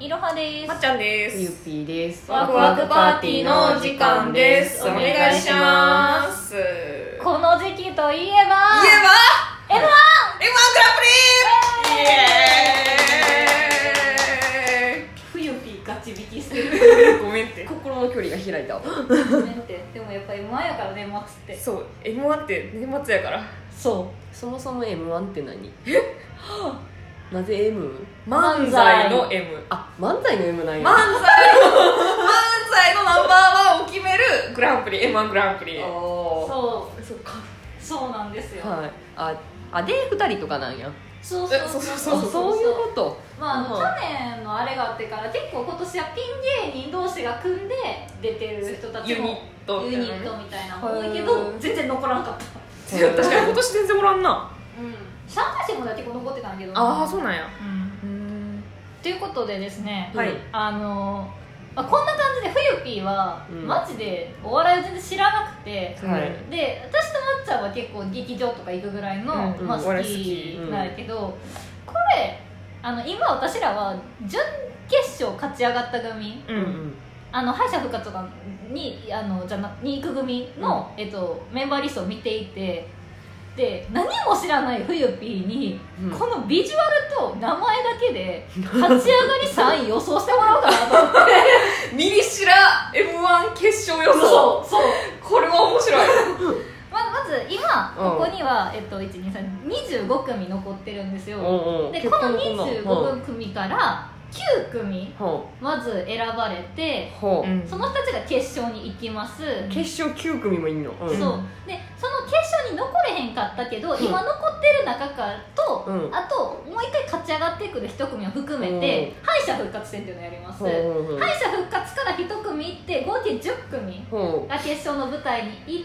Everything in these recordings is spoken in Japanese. いろはですまっちゃんでゆっすぴーですワクワクパーティーのお時間ですお願いします言えばこの時期といえばえ m エグ冬ピーガチ引きしてランプリイエーイごめんって心の距離が開いたわ1ってでもやっぱり前やから年末ってそう M1 って年末やからそうそもそも m 1って何えなぜ M? 漫才の M あ漫才の M なん漫才のや漫才のナンバーワンを決めるグランプリ M1 グランプリそそうそっかそうなんですよ、はいああで2人とかなんやそうそうそうそうそうそういうことまあ、うん去年のあれがあってから結構今年はピン芸人同士が組んで出てる人たちユニッもトみユたニいッなトみたいなの多いけへどー全然残らんかった確かに今年全然おらんなうん参加者もだって結構残ってたんだけどああそうなんやうんうんということでですね、はいあのまあ、こんな感じでふゆぴーは、うんマジでお笑いを全然知らなくてはういんで私とまっちゃんは結構劇場とか行くぐらいの、うんうんまあ、お好笑いき好きなんやけど、これあの今私らは準決勝勝ち上がった組ううんんあの敗者復活とかにあのじゃなに行く組の、えっと、メンバーリストを見ていてで何も知らないふゆぴーに、うんこのビジュアルと名前だけで立ち上がり3位予想してもらおうかなと思ってミリシラ M1 決勝予想そうそう、これは面白いままず今うんここには、えっと、1225組残ってるんですうよんうんで結こ構のこんなうん25組から9組ほまず選ばれてうほう、うんその人たちが決勝に行きます決勝9組もいんの、うん、そうでその決勝に残れへんかったけど、今残ってる中からと、うんあともう一回勝ち上がってくる一組を含めて、敗者復活戦っていうのをやります、ほうほうほう敗者復活から一組行って合計10組ほが決勝の舞台に行っ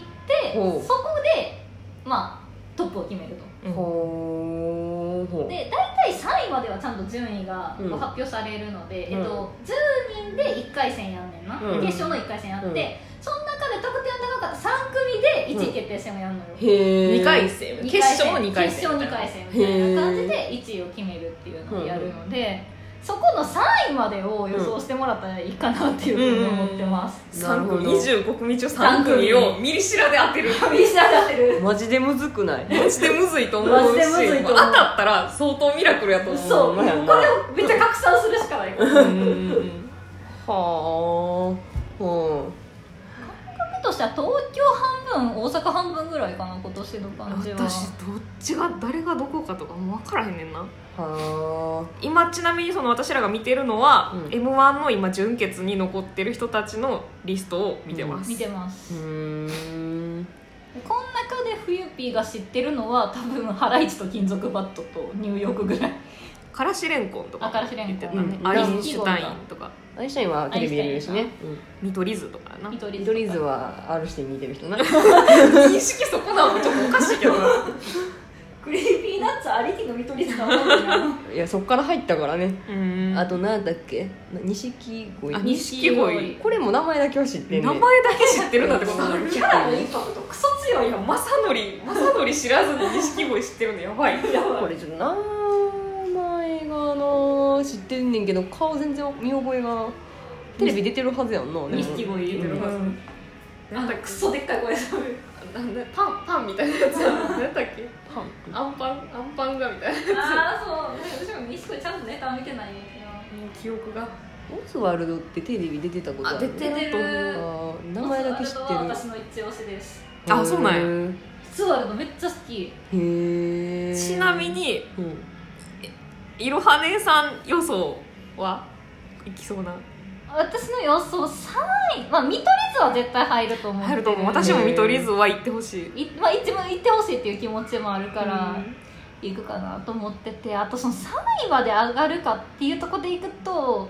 て、ほうそこでまあトップを決めるとうほうほうで大体3位まではちゃんと順位がこううん発表されるので、うんえっと、10人で1回戦やんねんな、うん決勝の1回戦やって、うんその中で得点の高かった3組で1位決定戦をやるのよ、へえ2回戦決勝の2回戦決勝2回戦みたいな感じで1位を決めるっていうのをやるので、そこの3位までを予想してもらったらいいかなっていうふうに思ってます、 なる3ほど組25組中3組三をミリシラで当てるミスターってるマジでむずくないマジでむずいと思うしマジでむずいと思う当たったら相当ミラクルやと思うそうまあまあこれをめっちゃ拡散するしかないうん感うんうんはあうん覚としては東京半分大阪半分ぐらいかな今年の感じは私どっちが誰がどこかとかもう分からへんねんなは今ちなみにその私らが見てるのは、うん m 1の今準決に残ってる人たちのリストを見てます、見てますあうーんこん中で冬ピーが知ってるのは多分ハライチと金属バットとニューヨークぐらいからしれんこんとかあからしれんこん言ってたねうんアインシュタインとかアインシュタインはテレビ出れるしね見取り図とかな見取うんりドリー図ズとかは R して見てる人な認識そこなのちょっとおかしいけどなクリーピーナッツありきの見取り図だ もんないやそっから入ったからね うんあと何だっけな錦鯉あ錦鯉これも名前だけは知ってん名ねん前だけ知ってるんだってことあるキャラのインパクトクソ強いよ正則正則知らずに錦鯉知ってるのやばいやばこいれちょっと名前がな知ってんねんけど顔全然見覚えがテレビ出てるはずやんなでも錦鯉出てるはずうんなんだっけクソでっかい声するなんだパンパンみたいなやつなんだっけパンアンパンアンパンがみたいなああそう私も錦鯉ちゃんとネタ見てないんですよ記憶がオズワルドってテレビ出てたことあるあ出て出てるあー名前だけ知ってるオズワルドは私の一押しですあそうなんやへオズワルドめっちゃ好きえちなみ、にうん、いろは姉さん予想はいきそうな私の予想3位まあ見取り図は絶対入ると思う入ると思う私も見取り図は行ってほしいいまあ、一番行ってほしいっていう気持ちもあるかうらん行くかなと思っててあとその3位まで上がるかっていうところでいくと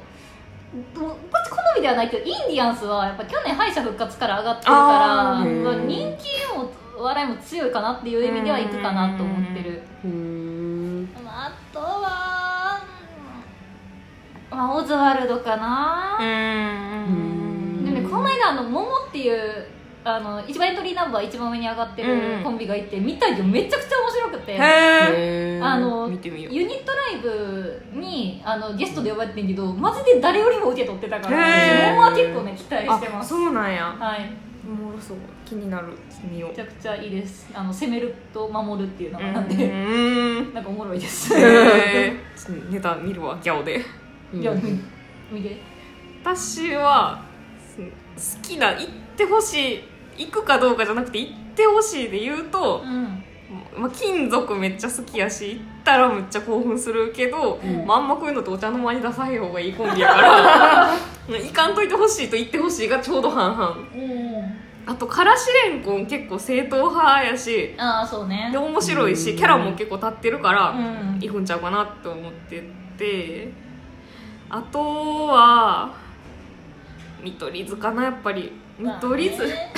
どこっち好みではないけどインディアンスはやっぱ去年敗者復活から上がってるからあーまあうん人気も笑いも強いかなっていう意味では行くかなと思ってる、うーんまあ、あとは、うんまあ、オズワルドかな、うーんでねこの間あの「モモっていうあの一番エントリーナンバー一番上に上がってうんうるんコンビがいて、見たよめちゃくちゃ面白くてへえへーあの見てみようユニットライブにあのゲストで呼ばれてんけどマジで誰よりも受け取ってたからへー自分は結構ね期待してあますそうなんやはいおもろそう気になる見ようめちゃくちゃいいですあの攻めると守るっていうのうがなんで、んなんかおもろいですいへーちょっとネタ見るわギャオでうんや見て私はす好きな行ってほしい行くかどうかじゃなくて行ってほしいで言うとう、んまあ、金属めっちゃ好きやし行ったらめっちゃ興奮するけど、んまああんまこういうのってお茶の間に出さへん方がいいコンビやから 行かんといてほしいと行ってほしいがちょうど半々うんあとからしれんこん結構正統派やしああそうねで面白いしキャラも結構立ってるから、うん行くんちゃうかなって思っててあとは見取り図かなやっぱり見取り図、ね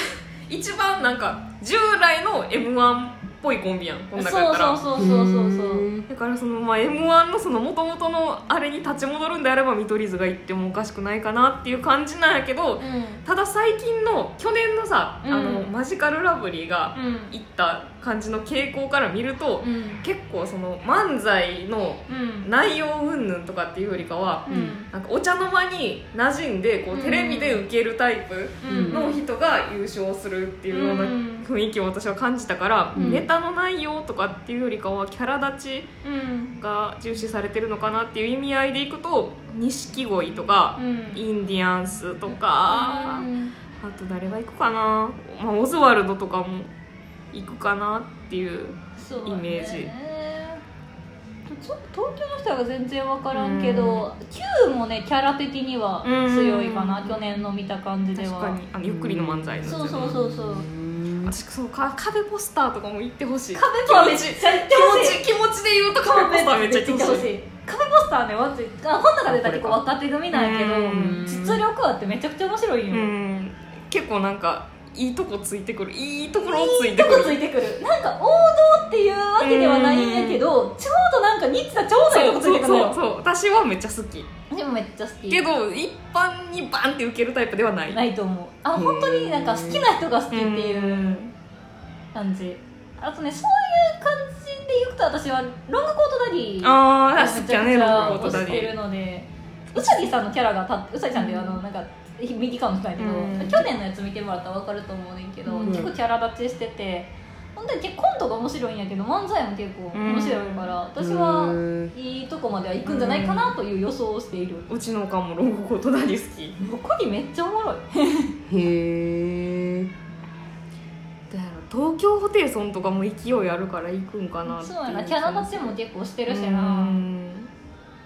一番なんか従来の m 1っぽいコンビやんこん中やそうったらそうそうそうそうそううんだからその、まあ、m 1のその元々のあれに立ち戻るんであれば見取り図が行ってもおかしくないかなっていう感じなんやけど、うんただ最近の去年のさ、あのうんマジカルラブリーが行った感じの傾向から見ると、うんうん結構その漫才のうん内容云々とかっていうよりかは、うんなんかお茶の間に馴染んでこううんテレビで受けるタイプうんの人が優勝するっていうようなうん雰囲気を私は感じたから、うんネタの内容とかっていうよりかはキャラ立ちうんが重視されてるのかなっていう意味合いでいくと錦鯉とか、うんインディアンスとか、あと誰が行くかな、まあ、オズワルドとかも行くかなっていう。そうねイメージちょっと東京の人は全然分からんけど、Q もねキャラ的には強いかな、うん去年の見た感じで確はかにあのゆっくりの漫才のそうそうそうそううん私そのか壁ポスターとかも行ってほしい壁ポはめっちゃ行ってほしい気持ち気持ちで言うと壁ポスターめっちゃ行ってほしいい壁ポスターねマジあ本の中でだけ結構若手組なんやけどうん実力あってめちゃくちゃ面白いよ、うん結構なんかいいとこついてくるいいところをついてどくこるついてくるなんか王道っていうわけではないんやけど、ちょうどなんかニッチなちょうどいいとそこついてうそうくるのそうよそう私はめっちゃ好きでもめっちゃ好きけど一般にバンって受けるタイプではないないと思うあのへー本当になんか好きな人が好きっていう感じあとねそういう感じで言うと私はロングコートダディああめ好きちゃやくちねロゃングコートダ推してるデのでうさぎさんのキャラが立ってうさぎさんっていうあのなんか右側の人やけど、うん去年のやつ見てもらったら分かると思うねんけど、うん結構キャラ立ちしてて本当に結構コントが面白いんやけど漫才も結構面白いから、私うはんいいとこまでは行くんじゃないかなという予想をしている、ィうちのおかんもロングコートダディ好きここにめっちゃおもろいへえどうやろ東京ホテイソンとかも勢いあるから行くんかなっていそうやなキャラ立ちも結構してるしな、うん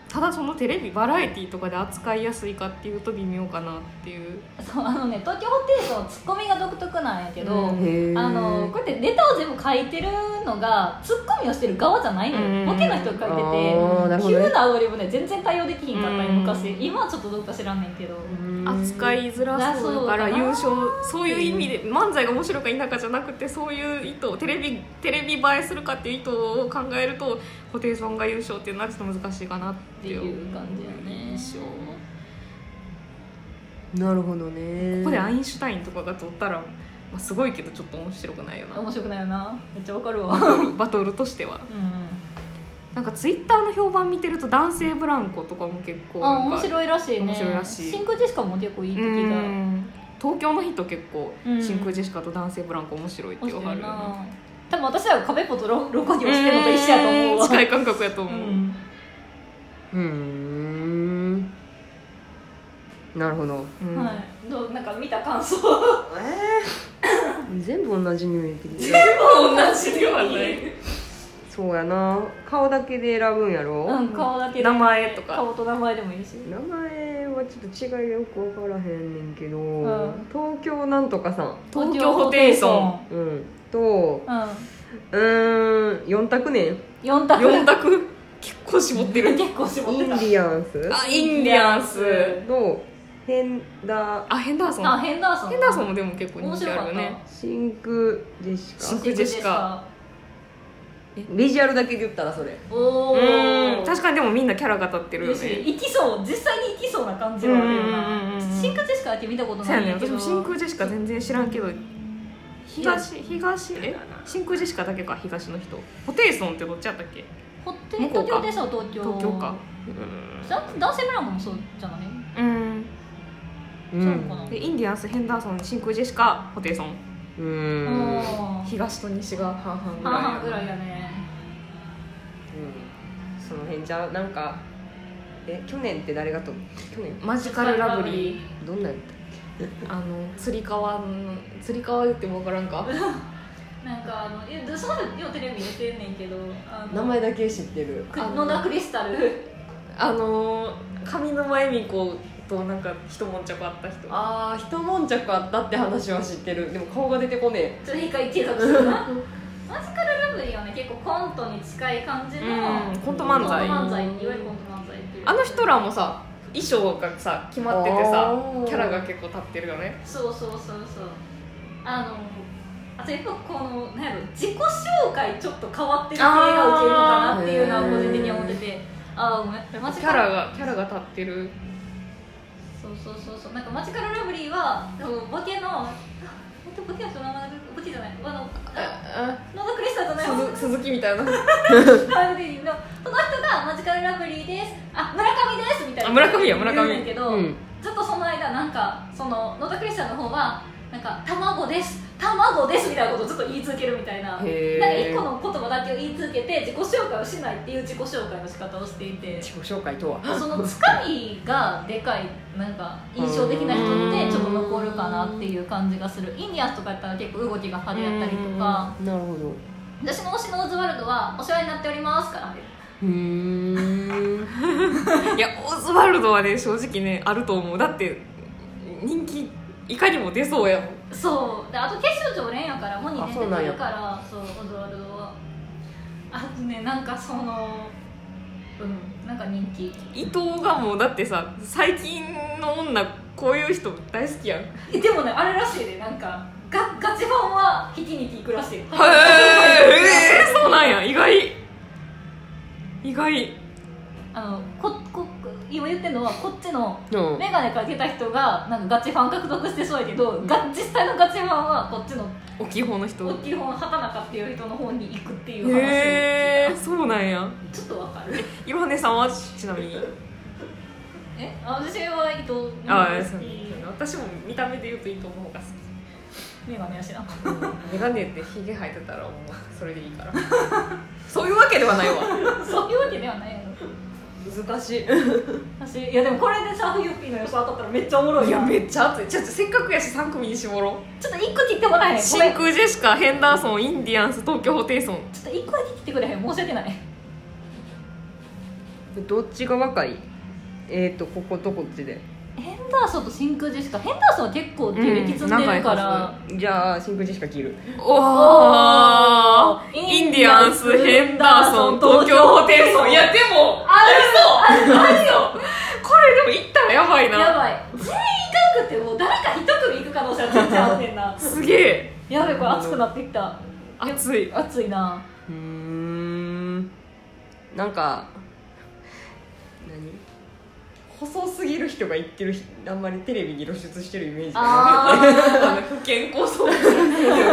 ただそのテレビバラエティとかで扱いやすいかっていうと微妙かなっていうそうあのね東京ホテイソンはツッコミが独特なんやけど、うんへえあのこうやってネタを全部書いてるのがツッコミをしてる側じゃないのうんよボケの人が書いあーなてるほてどね急なアドリブね全然対応できひんかったりうん昔今はちょっとどうか知らんねんけど扱いづらそうだからうん優勝そういう意味で漫才が面白いか否かじゃなくてそういう意図テレビテレビ映えするかっていう意図を考えるとホテイソンが優勝っていうのはちょっと難しいかなっってていいうう感じよね印象なるほどねここでアインシュタインとかが取ったら、まあ、すごいけどちょっと面白くないよな面白くないよなめっちゃわかるわうんバトルとしてはなんかツイッターの評判見てると男性ブランコとかも結構あなん面か白いらしいね面白いらしい真空ジェシカも結構いいって聞いたうん東京の人結構、うん真空ジェシカと男性ブランコ面白いって面言わ白れいるなな多分私らは壁ポとロロコギをしてるのと一緒やと思うわん近い感覚やと思う、うんうーんなるほどうんはいどうなんか見た感想全部同じに見えてきた同じではないそうやな顔だけで選ぶんやろ、うん顔だけで名前とか顔と名前でもいいし名前はちょっと違いがよく分からへんねんけど、ん東京なんとかさん、東京ホテイソンうん、とううーん4択ねん4択4択結構絞ってる結構絞イっンてデたィアンスあインディアンスとヘンダあヘンダーソンあヘンダーソンヘンダーソンもでも結構面人気白あかるっよねた真空ジェシ真カ空ジェシカビジュアルだけで言ったらそれおおうん確かにでもみんなキャラが立ってるよね行きそう実際に行きそうな感じはあるようんうんうんうなん真空ジェシカだけ見たことそなうやいんねやけ私ども真空ジェシカ全然知らんけど東東え真空ジェシカだけか東の人ホテイソンってどっちやったっけホテイ東京でしょ東京東京かだ男性ブランドもそうじゃない、うんそううかんなでインディアンスヘンダーソン真空ジェシカホテイソンうんあー東と西が半半々々ぐぐららいいやねうんその辺じゃなんかえ去年って誰がと去年マジカルラブリーどんなんやったっあの釣り革の釣り革言っても分からんか なんかあのえでそうでようテレビ出てんねんけどあけ名の前だけ知ってるく野田クリスタルあの上沼恵美子となんか一悶着あった人ああ一悶着あったって話は知ってるでも顔が出てこねちょっと一回継続するなマジカルラブリーはね結構コントに近い感じの、うんコントコン漫ト才漫才いわゆるコント漫才っていうあの人らもさ衣装がさ決まっててあさーキャラが結構立ってるよねそうそうそうそうあのあとやっぱこのなんやろ自己紹介ちょっと変わってる系がウケるのかなっていうのは個人的に思っててああごめんマジキカャルラがキャラが立ってるそうそうそうそうなんかマジカルラブリーはでもボケのあ本当ボケの人の名前ボケじゃないあのあ野田クリスタルじゃない鈴鈴木みたいなラブリーのその人が「マジカルラブリーです」あ「村上です」みたいなあ村上や村上言うねんけえど、ずっとその間なんかその野田クリスタンの方はなんか卵です卵ですみたいなことをずっと言い続けるみたいななんかへー一個の言葉だけを言い続けて自己紹介をしないっていう自己紹介の仕方をしていて自己紹介とはそのつかみがでかいなんか印象的な人ってちょっと残るかなっていう感じがするインディアンスとかやったら結構動きが派手やったりとかなるほど私の推しのオズワルドは「お世話になっております」から入るうんいやオズワルドはね正直ねあると思うだって人気いかにも出そうやもんそうであと決勝常連やからもう2あ年そう出なんてやるからそうオズワルドはあとねなんかそのうんなんか人気 伊藤がもうだってさ最近の女こういう人大好きやんえでもねあれらしいでなんかガガチファンは引きに行くらしいよへえそうなんや意外意外あのここ今言ってるのはこっちのうん眼鏡かけた人がなんかガチファン獲得してそうやけど、が実際のガチファンはこっちの大きい方の人大きい方の畑中っていう人の方に行くっていう話を聞いたへえそうなんやちょっとわかるいろはねさんはちなみにえあ私は伊藤ああ好そうき私も見た目で言うと伊藤の方が好き眼鏡やしなメガネってヒゲ生えてたらもうそれでいいから そういうわけではないわそういうわけではないやろ難しい私いやでもこれでさゆっぴーの予想当たったらめっちゃおもろいいやなめっちゃ熱いちょっとせっかくやし3組に絞ろうちょっと一個切ってもらえへんごめ真んちょ空ジェシカヘンダーソンインディアンス東京ホテイソンっと一個だけ切ってくれへん申し訳ない どっちが若いえっ、ー、とこことこっちでヘンダーソンと真空ジェシカヘンダーソンは結構経歴積んでるから、じゃあ真空ジェシカ切るおーインディアンスヘンダーソン東京ホテイソンいやでもあるぞあるよこれでも行ったらやばいやなばい全員行かんくってもう誰か一組行く可能性は全然あんねんなすげえ やべこれ熱くなってきた熱い熱いなうーんなんか何細すぎる人が言ってる人あんまりテレビに露出してるイメージがな いああの不健康そうそういう意味で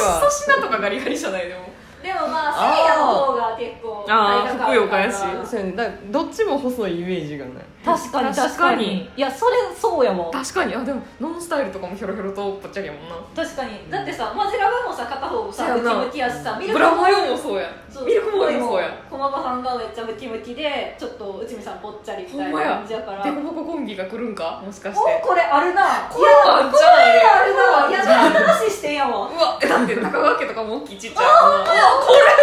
は粗品とかガリガリじゃないでもーでもまあセイヤの方が結構あー体格あるからふくよかやしそうやねだからどっちも細いイメージがない確かに確確かかににいやそれそうやもん確かにあでもノンスタイルとかもヒョロヒョロとぽっちゃけやもんな確かにだってさマジラブもさ片方さそうムやキなムキやしさミルクブラボーもそうやそうミルクボーイもそうや駒場さんがめっちゃムキムキでちょっと内海さんぽっちゃりみたいほんまなや感じやからデコボココンビが来るんかもしかしおてこれあるなこれはあんちゃうよいやこれあるないやじゃあ話してんやもんうわえだって中川家とかも大きいちっちゃいもんなこれは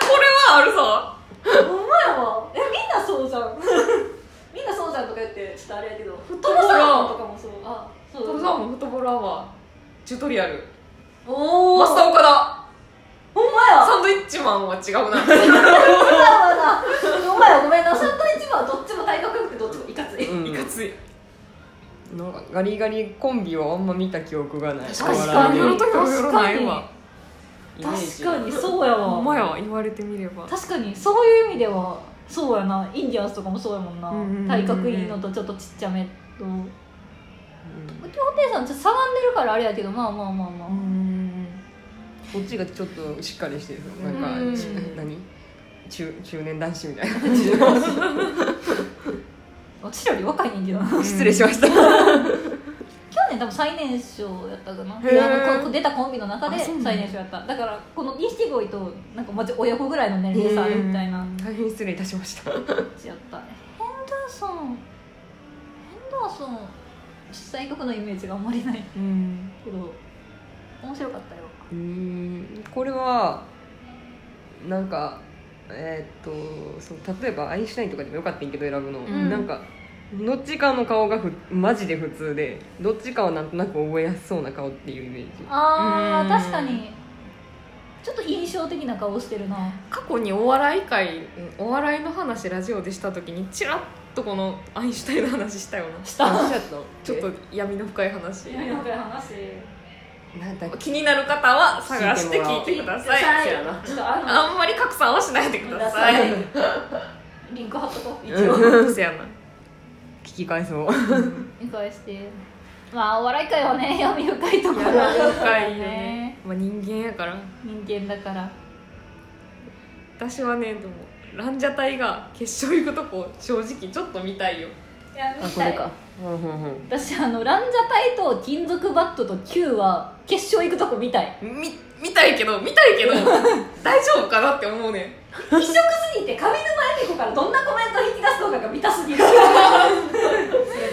これはほんまやわえみんなそうじゃん みんなそうじゃんとか言ってちょっとあれやけどフットボールとかもそうああるそぞトうムださんもフットボールアワーチュートリアルおおマスター岡田ほんまやサンドイッチマンは違うなほんまやわなほんまやごめんなサンドイッチマンはどっちも体格良くてどっちもいかついうんいかついなんかガリガリコンビはあんま見た記憶がない確かに変わらないあの時もヒョロないわイメー確ジかにそうやほわんまやわ言われてみれば確かにそういう意味ではそうやなインディアンスとかもそうやもんな、うんうんうんうん体格いいのとちょっとちっちゃめと京平さんちょっとしゃがんでるからあれやけどまあまあまあまあ、うんこっちがちょっとしっかりしてるなんうんかち何中中年男子みたいな 感じの私らより若い人間だな失礼しました去年多分最年少やったかなあへーのこ出たコンビの中であそうなんだ最年少やっただからこの錦鯉となんかマジ親子ぐらいの年齢差あるみたいなうん大変失礼いたしました感じやったヘンダーソンヘンダーソン主催曲のイメージがあんまりないうんけど面白かったようーんこれはなんかえーっとそう例えばアインシュタインとかでもよかったんやけど選ぶの、んなんかどっちかの顔がふマジで普通でどっちかはなんとなく覚えやすそうな顔っていうイメージあうんー確かにちょっと印象的な顔してるな過去にお笑い会お笑いの話ラジオでした時にちらっとこのアインシュタインの話したよ なしたちょっとちょっと闇の深い話話なんだっけ気になる方は探して聞いてくださいせやなちょっとああんまり拡散はしないでくだくだささいいのリンク貼っとこう一応うんせやな聞き返 そう見返してまあお笑い界はね闇深いところ闇が深いよね、まあ、人間やから人間だから私はねでもランジャタイが決勝行くとこ正直ちょっと見たいよいやあこれか うんうん私あのランジャタイと金属バットと Q は決勝行くとこ見たいみ見たいけど見たい けど大丈夫かなって思うねん異色すぎて上沼恵美子からどんなコメント引き出すのかが見たすぎる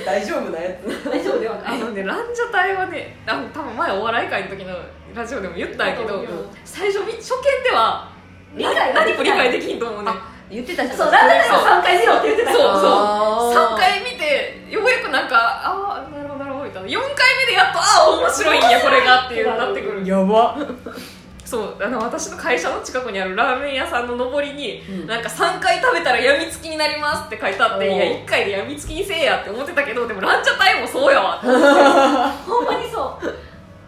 大丈夫なやつ大丈夫ではなあいのねランジャタイはねあ多分前お笑い会の時のラジオでも言ったんやけど最初み初見では理解何も理解できんと思うねん言ってた人そうランジャタイは3回しろって言ってたそうそうあ3ー回見てようやくなんかああなるほどなるほどみたいな4回目でやっとああ面白いんやこれがっていうなってくるやばそうあの私の会社の近くにあるラーメン屋さんの上りに、うんなんか3回食べたらやみつきになりますって書いてあっておういや1回でやみつきにせえやって思ってたけどでもランチャタイムもそうやわほんまにそ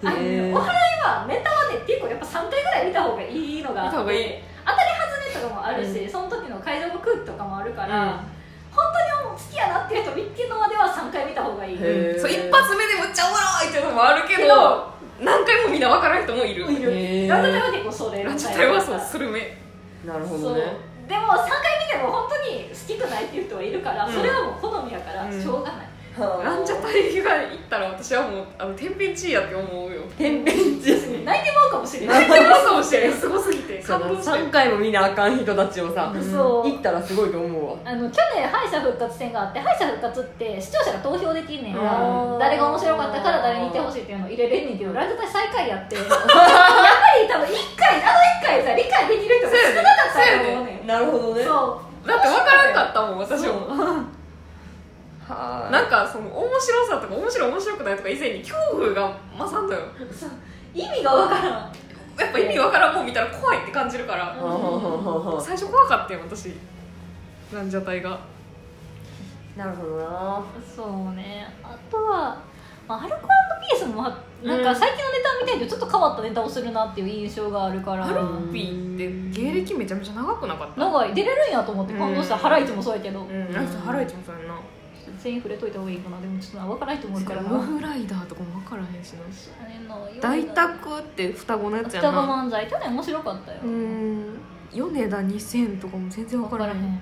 うあのへーお笑いはネタはね結構やっぱ3回ぐらい見た方がいいのがあって見た方がいい当たり外れとかもあるし、その時の会場の空気とかもあるから、うん本当にもう好きやなっていう人見つけのまでは3回見た方がいいへーそう一発目でむっちゃおもろいっていうのもあるけどけど何回もみんな分からん人もいるいるへーランジャタイは結構それランチャタイはそうそスルメなるほそどうねでも3回見ても本当に好きくないっていう人はいるから、うんそれはもう好みやからうんしょうがない、ランチャイタイが行ったら私はもうあの天変地異やって思うよ天変地異泣いてまうかもしれな泣いいてますかもしれんすごすぎてそ感の動して3回も見なあかん人たちをさ、そう行ったらすごいと思うわあの去年敗者復活戦があって敗者復活って視聴者が投票できんねんうがん誰が面白かったから誰にいてほしいっていうのを入れれんねんけどラジオ体最下位 やってやっぱり多分1回あの1回さ理解できる人が少なかったと思うねんなるほどそだって分からんかったもん私もはなんかその面白さとか面白い面白くないとか以前に恐怖が勝んだよう意味がわからんやっぱ意味わからんもん見たら怖いって感じるからはははは最初怖かったよ私ランジャタイがなるほどなそうねあとは、まあ、アルコピースもはなんうかん最近のネタ見たいけどちょっと変わったネタをするなっていう印象があるからハロッピーって芸歴めちゃめちゃ長くなかった長い出れるんやと思って感動したうんハライチもそうやけど、うんなんかハライチもそうやんな全員触れといた方がいいかなでもちょっとな分からないと思うだかかららなモグライダーとかも分からへんしなあれの大宅って双子のやつや双子な漫才去年面白かったよ、うん米田2000とかも全然分分かかららへへん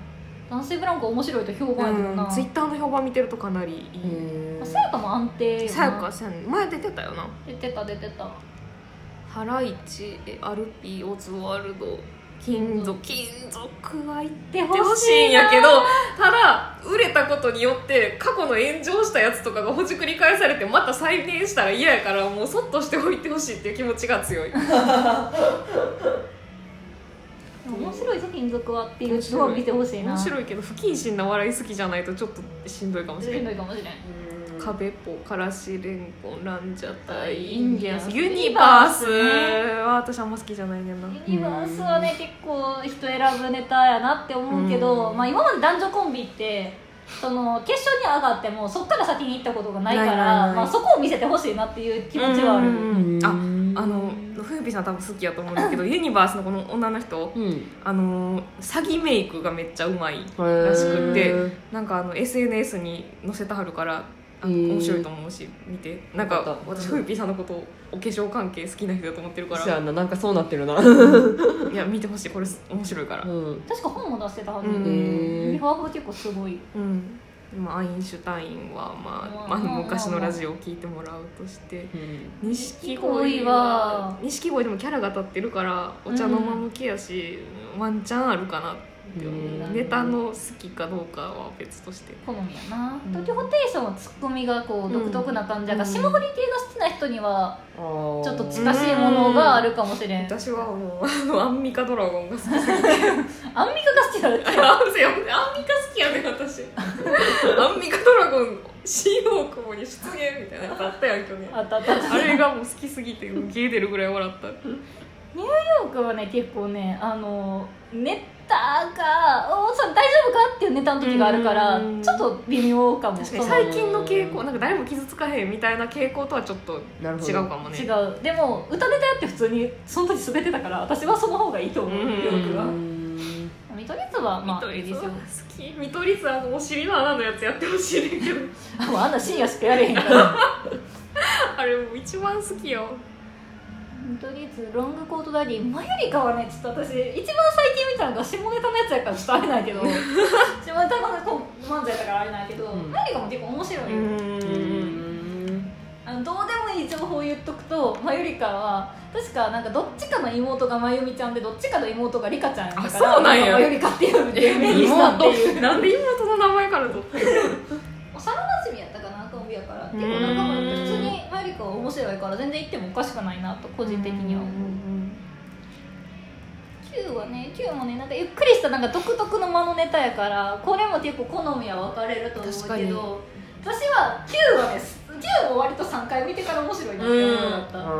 男性ブランコ面白いと評判やけどんな、ツイッターの評判見てるとかなりいいまあさやかも安定よなさやかさん前出てたよな出てた出てたハライチえアルピーオズワルド金属金属は行ってほしいんやけどただ売れたことによって過去の炎上したやつとかがほじくり返されてまた再燃したら嫌やからもうそっとしておいてほしいっていう気持ちが強い面白いぞ金属はっていうのを見てほしいな面白いけど不謹慎な笑い好きじゃないとちょっとしんどいかもしれしんなどいいかもしれん壁ポからしれんこんランジャタイインディアンスユニバースは私あんま好きじゃないねんなユニバースはね結構人選ぶネタやなって思うけど、うんまあ、今まで男女コンビってその決勝に上がってもそっから先に行ったことがないからないないないまあ、そこを見せてほしいなっていう気持ちはある、うんうんうんああのうふゆぴさん多分好きやと思うんだ けどユニバースのこの女の人んあの詐欺メイクがめっちゃうまいらしくってなんかあの SNS に載せたはるからあへー面白いと思うし見てなんよかかった私フーピーさんのことお化粧関係好きな人だと思ってるかそうやらんななんかそうなってるないや見てほしいこれす面白いからうん確か本も出してたはずうで、んリへファーブが結構すごいうんまあアインシュタインはままあ、あまあ、まあ昔のラジオを聞いてもらうとしてうん鯉錦鯉はは錦鯉でもキャラが立ってるからお茶の間向きやし、ワンチャンあるかなって思ううんネタの好きかどうかは別として好みやな、うん東京ホテイソンはツッコミがこう独特な感じだから、うん霜降り系が好きな人にはあーちょっと近しいものがあるかもしれん、アンミ私はもうあ のアンミカドラゴンが好きカが好きだってあそうよアンミカ好きやね 私アンミカドラゴン新大久保に出現みたいなやつあったやん去年あったあったあったあれがもう好きすぎて受け出るぐらい笑ったニューヨークはね結構ねあのネタが「おーさ大丈夫か?」っていうネタの時があるからうんちょっと微妙かも確かそにの最近の傾向なんか誰も傷つかへんみたいな傾向とはちょっとなるほど違うかもね違うでも歌ネタやって普通にその時滑ってたから私はその方がいいと思ううんニューヨークはうん見取り図はま見あ取いいりで図すはよ好き見取り図はあのお尻の穴のやつやってほしいねんけど あもうあんな深夜しかやれへんからあれもう一番好きよ見取り図ロングコートダディマユリカはねちょっと私一番最近見たのが下ネタのやつやからちょっとあれないけど下ネタのこう漫才だからあれないけど、うんマユリカも結構面白いよ、うんあのどうでもいい情報を言っとくとマユリカは確かなんかどっちかの妹がまゆみちゃんでどっちかの妹がリカちゃんやったからあそうなんやマユリカっていうえ芸名にしたっていう妹なんで妹の名前からとってる幼なじみやったかなコンビやから結構仲間やって普通にマユリカは面白いから全然行ってもおかしくないなと個人的には思う Q はね Q もねなんかゆっくりしたなんか独特の間のネタやからこれも結構好みは分かれると思確うかけにど私は Q はね Q も割と3回見てから面白いなって思うようになったう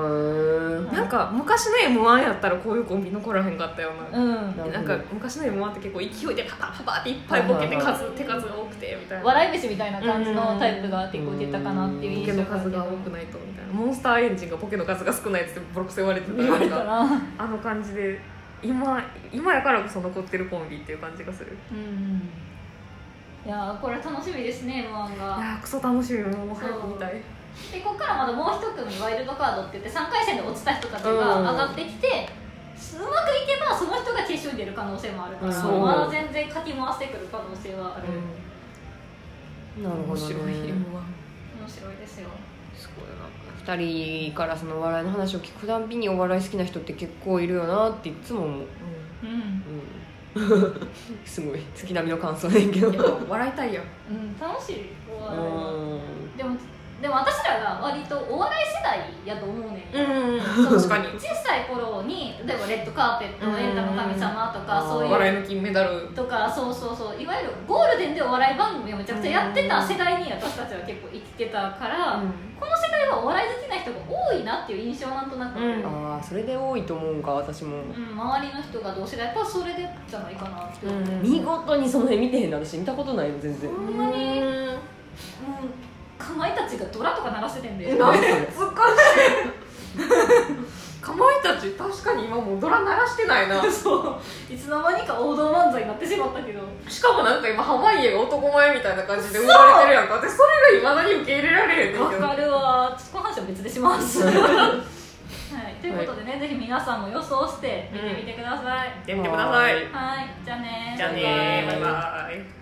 んなんか昔の m 1やったらこういうコンビ残らへんかったよな、うんなるほどなんか昔の m 1って結構勢いでパタパタっていっぱいボケて数手数が多くてみたいな笑い飯みたいな感じのタイプが結構出たかなっていうボ印ケ象のがある数けどが多くないとみたいなモンスターエンジンがボケの数が少ないっつってボロクソ言われてた言わなれんたかなあの感じで今今やからこそ残ってるコンビっていう感じがするうんいやーこれ楽しみですね m 1いがやークソ楽しみもう早く見たいでここからまだもう一組ワイルドカードって言って3回戦で落ちた人たちが上がってきて、うまくいけばその人が決勝に出る可能性もあるから、そうまだ全然かき回してくる可能性はある、なるほ面ど白い m ね1面白いですよすごいな2人からその笑いの話を聞くたんびにお笑い好きな人って結構いるよなっていつも思う、うん、うん、すごい月並みの感想ねんけどやっぱ笑いたいやんうん、楽しいおう笑いはんでもでも私らが割とお笑い世代やと思うねんうん確確かに小さい頃に例えば「レッドカーペット」「エンタの神様」とかうんそういう笑いの金メダルとかそうそうそういわゆるゴールデンでお笑い番組をめちゃくちゃやってた世代に私たちは結構生きてたから、この世代はお笑い好きな人が多いなっていう印象なんとなく、ううんんああそれで多いと思うんか私も、周りの人がどうしらやっぱそれでじゃないかなって、うん見事にその辺見てへんの私見たことないの全然、ほんまにうんかまいたちがドラとか鳴らせてんでな懐かんでしそいれかまいたち確かに今もうドラ鳴らしてないな そういつの間にか王道漫才になってしまったけどしかもなんか今濱家が男前みたいな感じで生まれてるやんか私それがいまだに受け入れられへんねんわけどかるわちょっとこの話は別でします、 はい、ということでね、ぜひ皆さんも予想して見てみてください、やってみてくださはいいじゃあねじゃあねバイバイ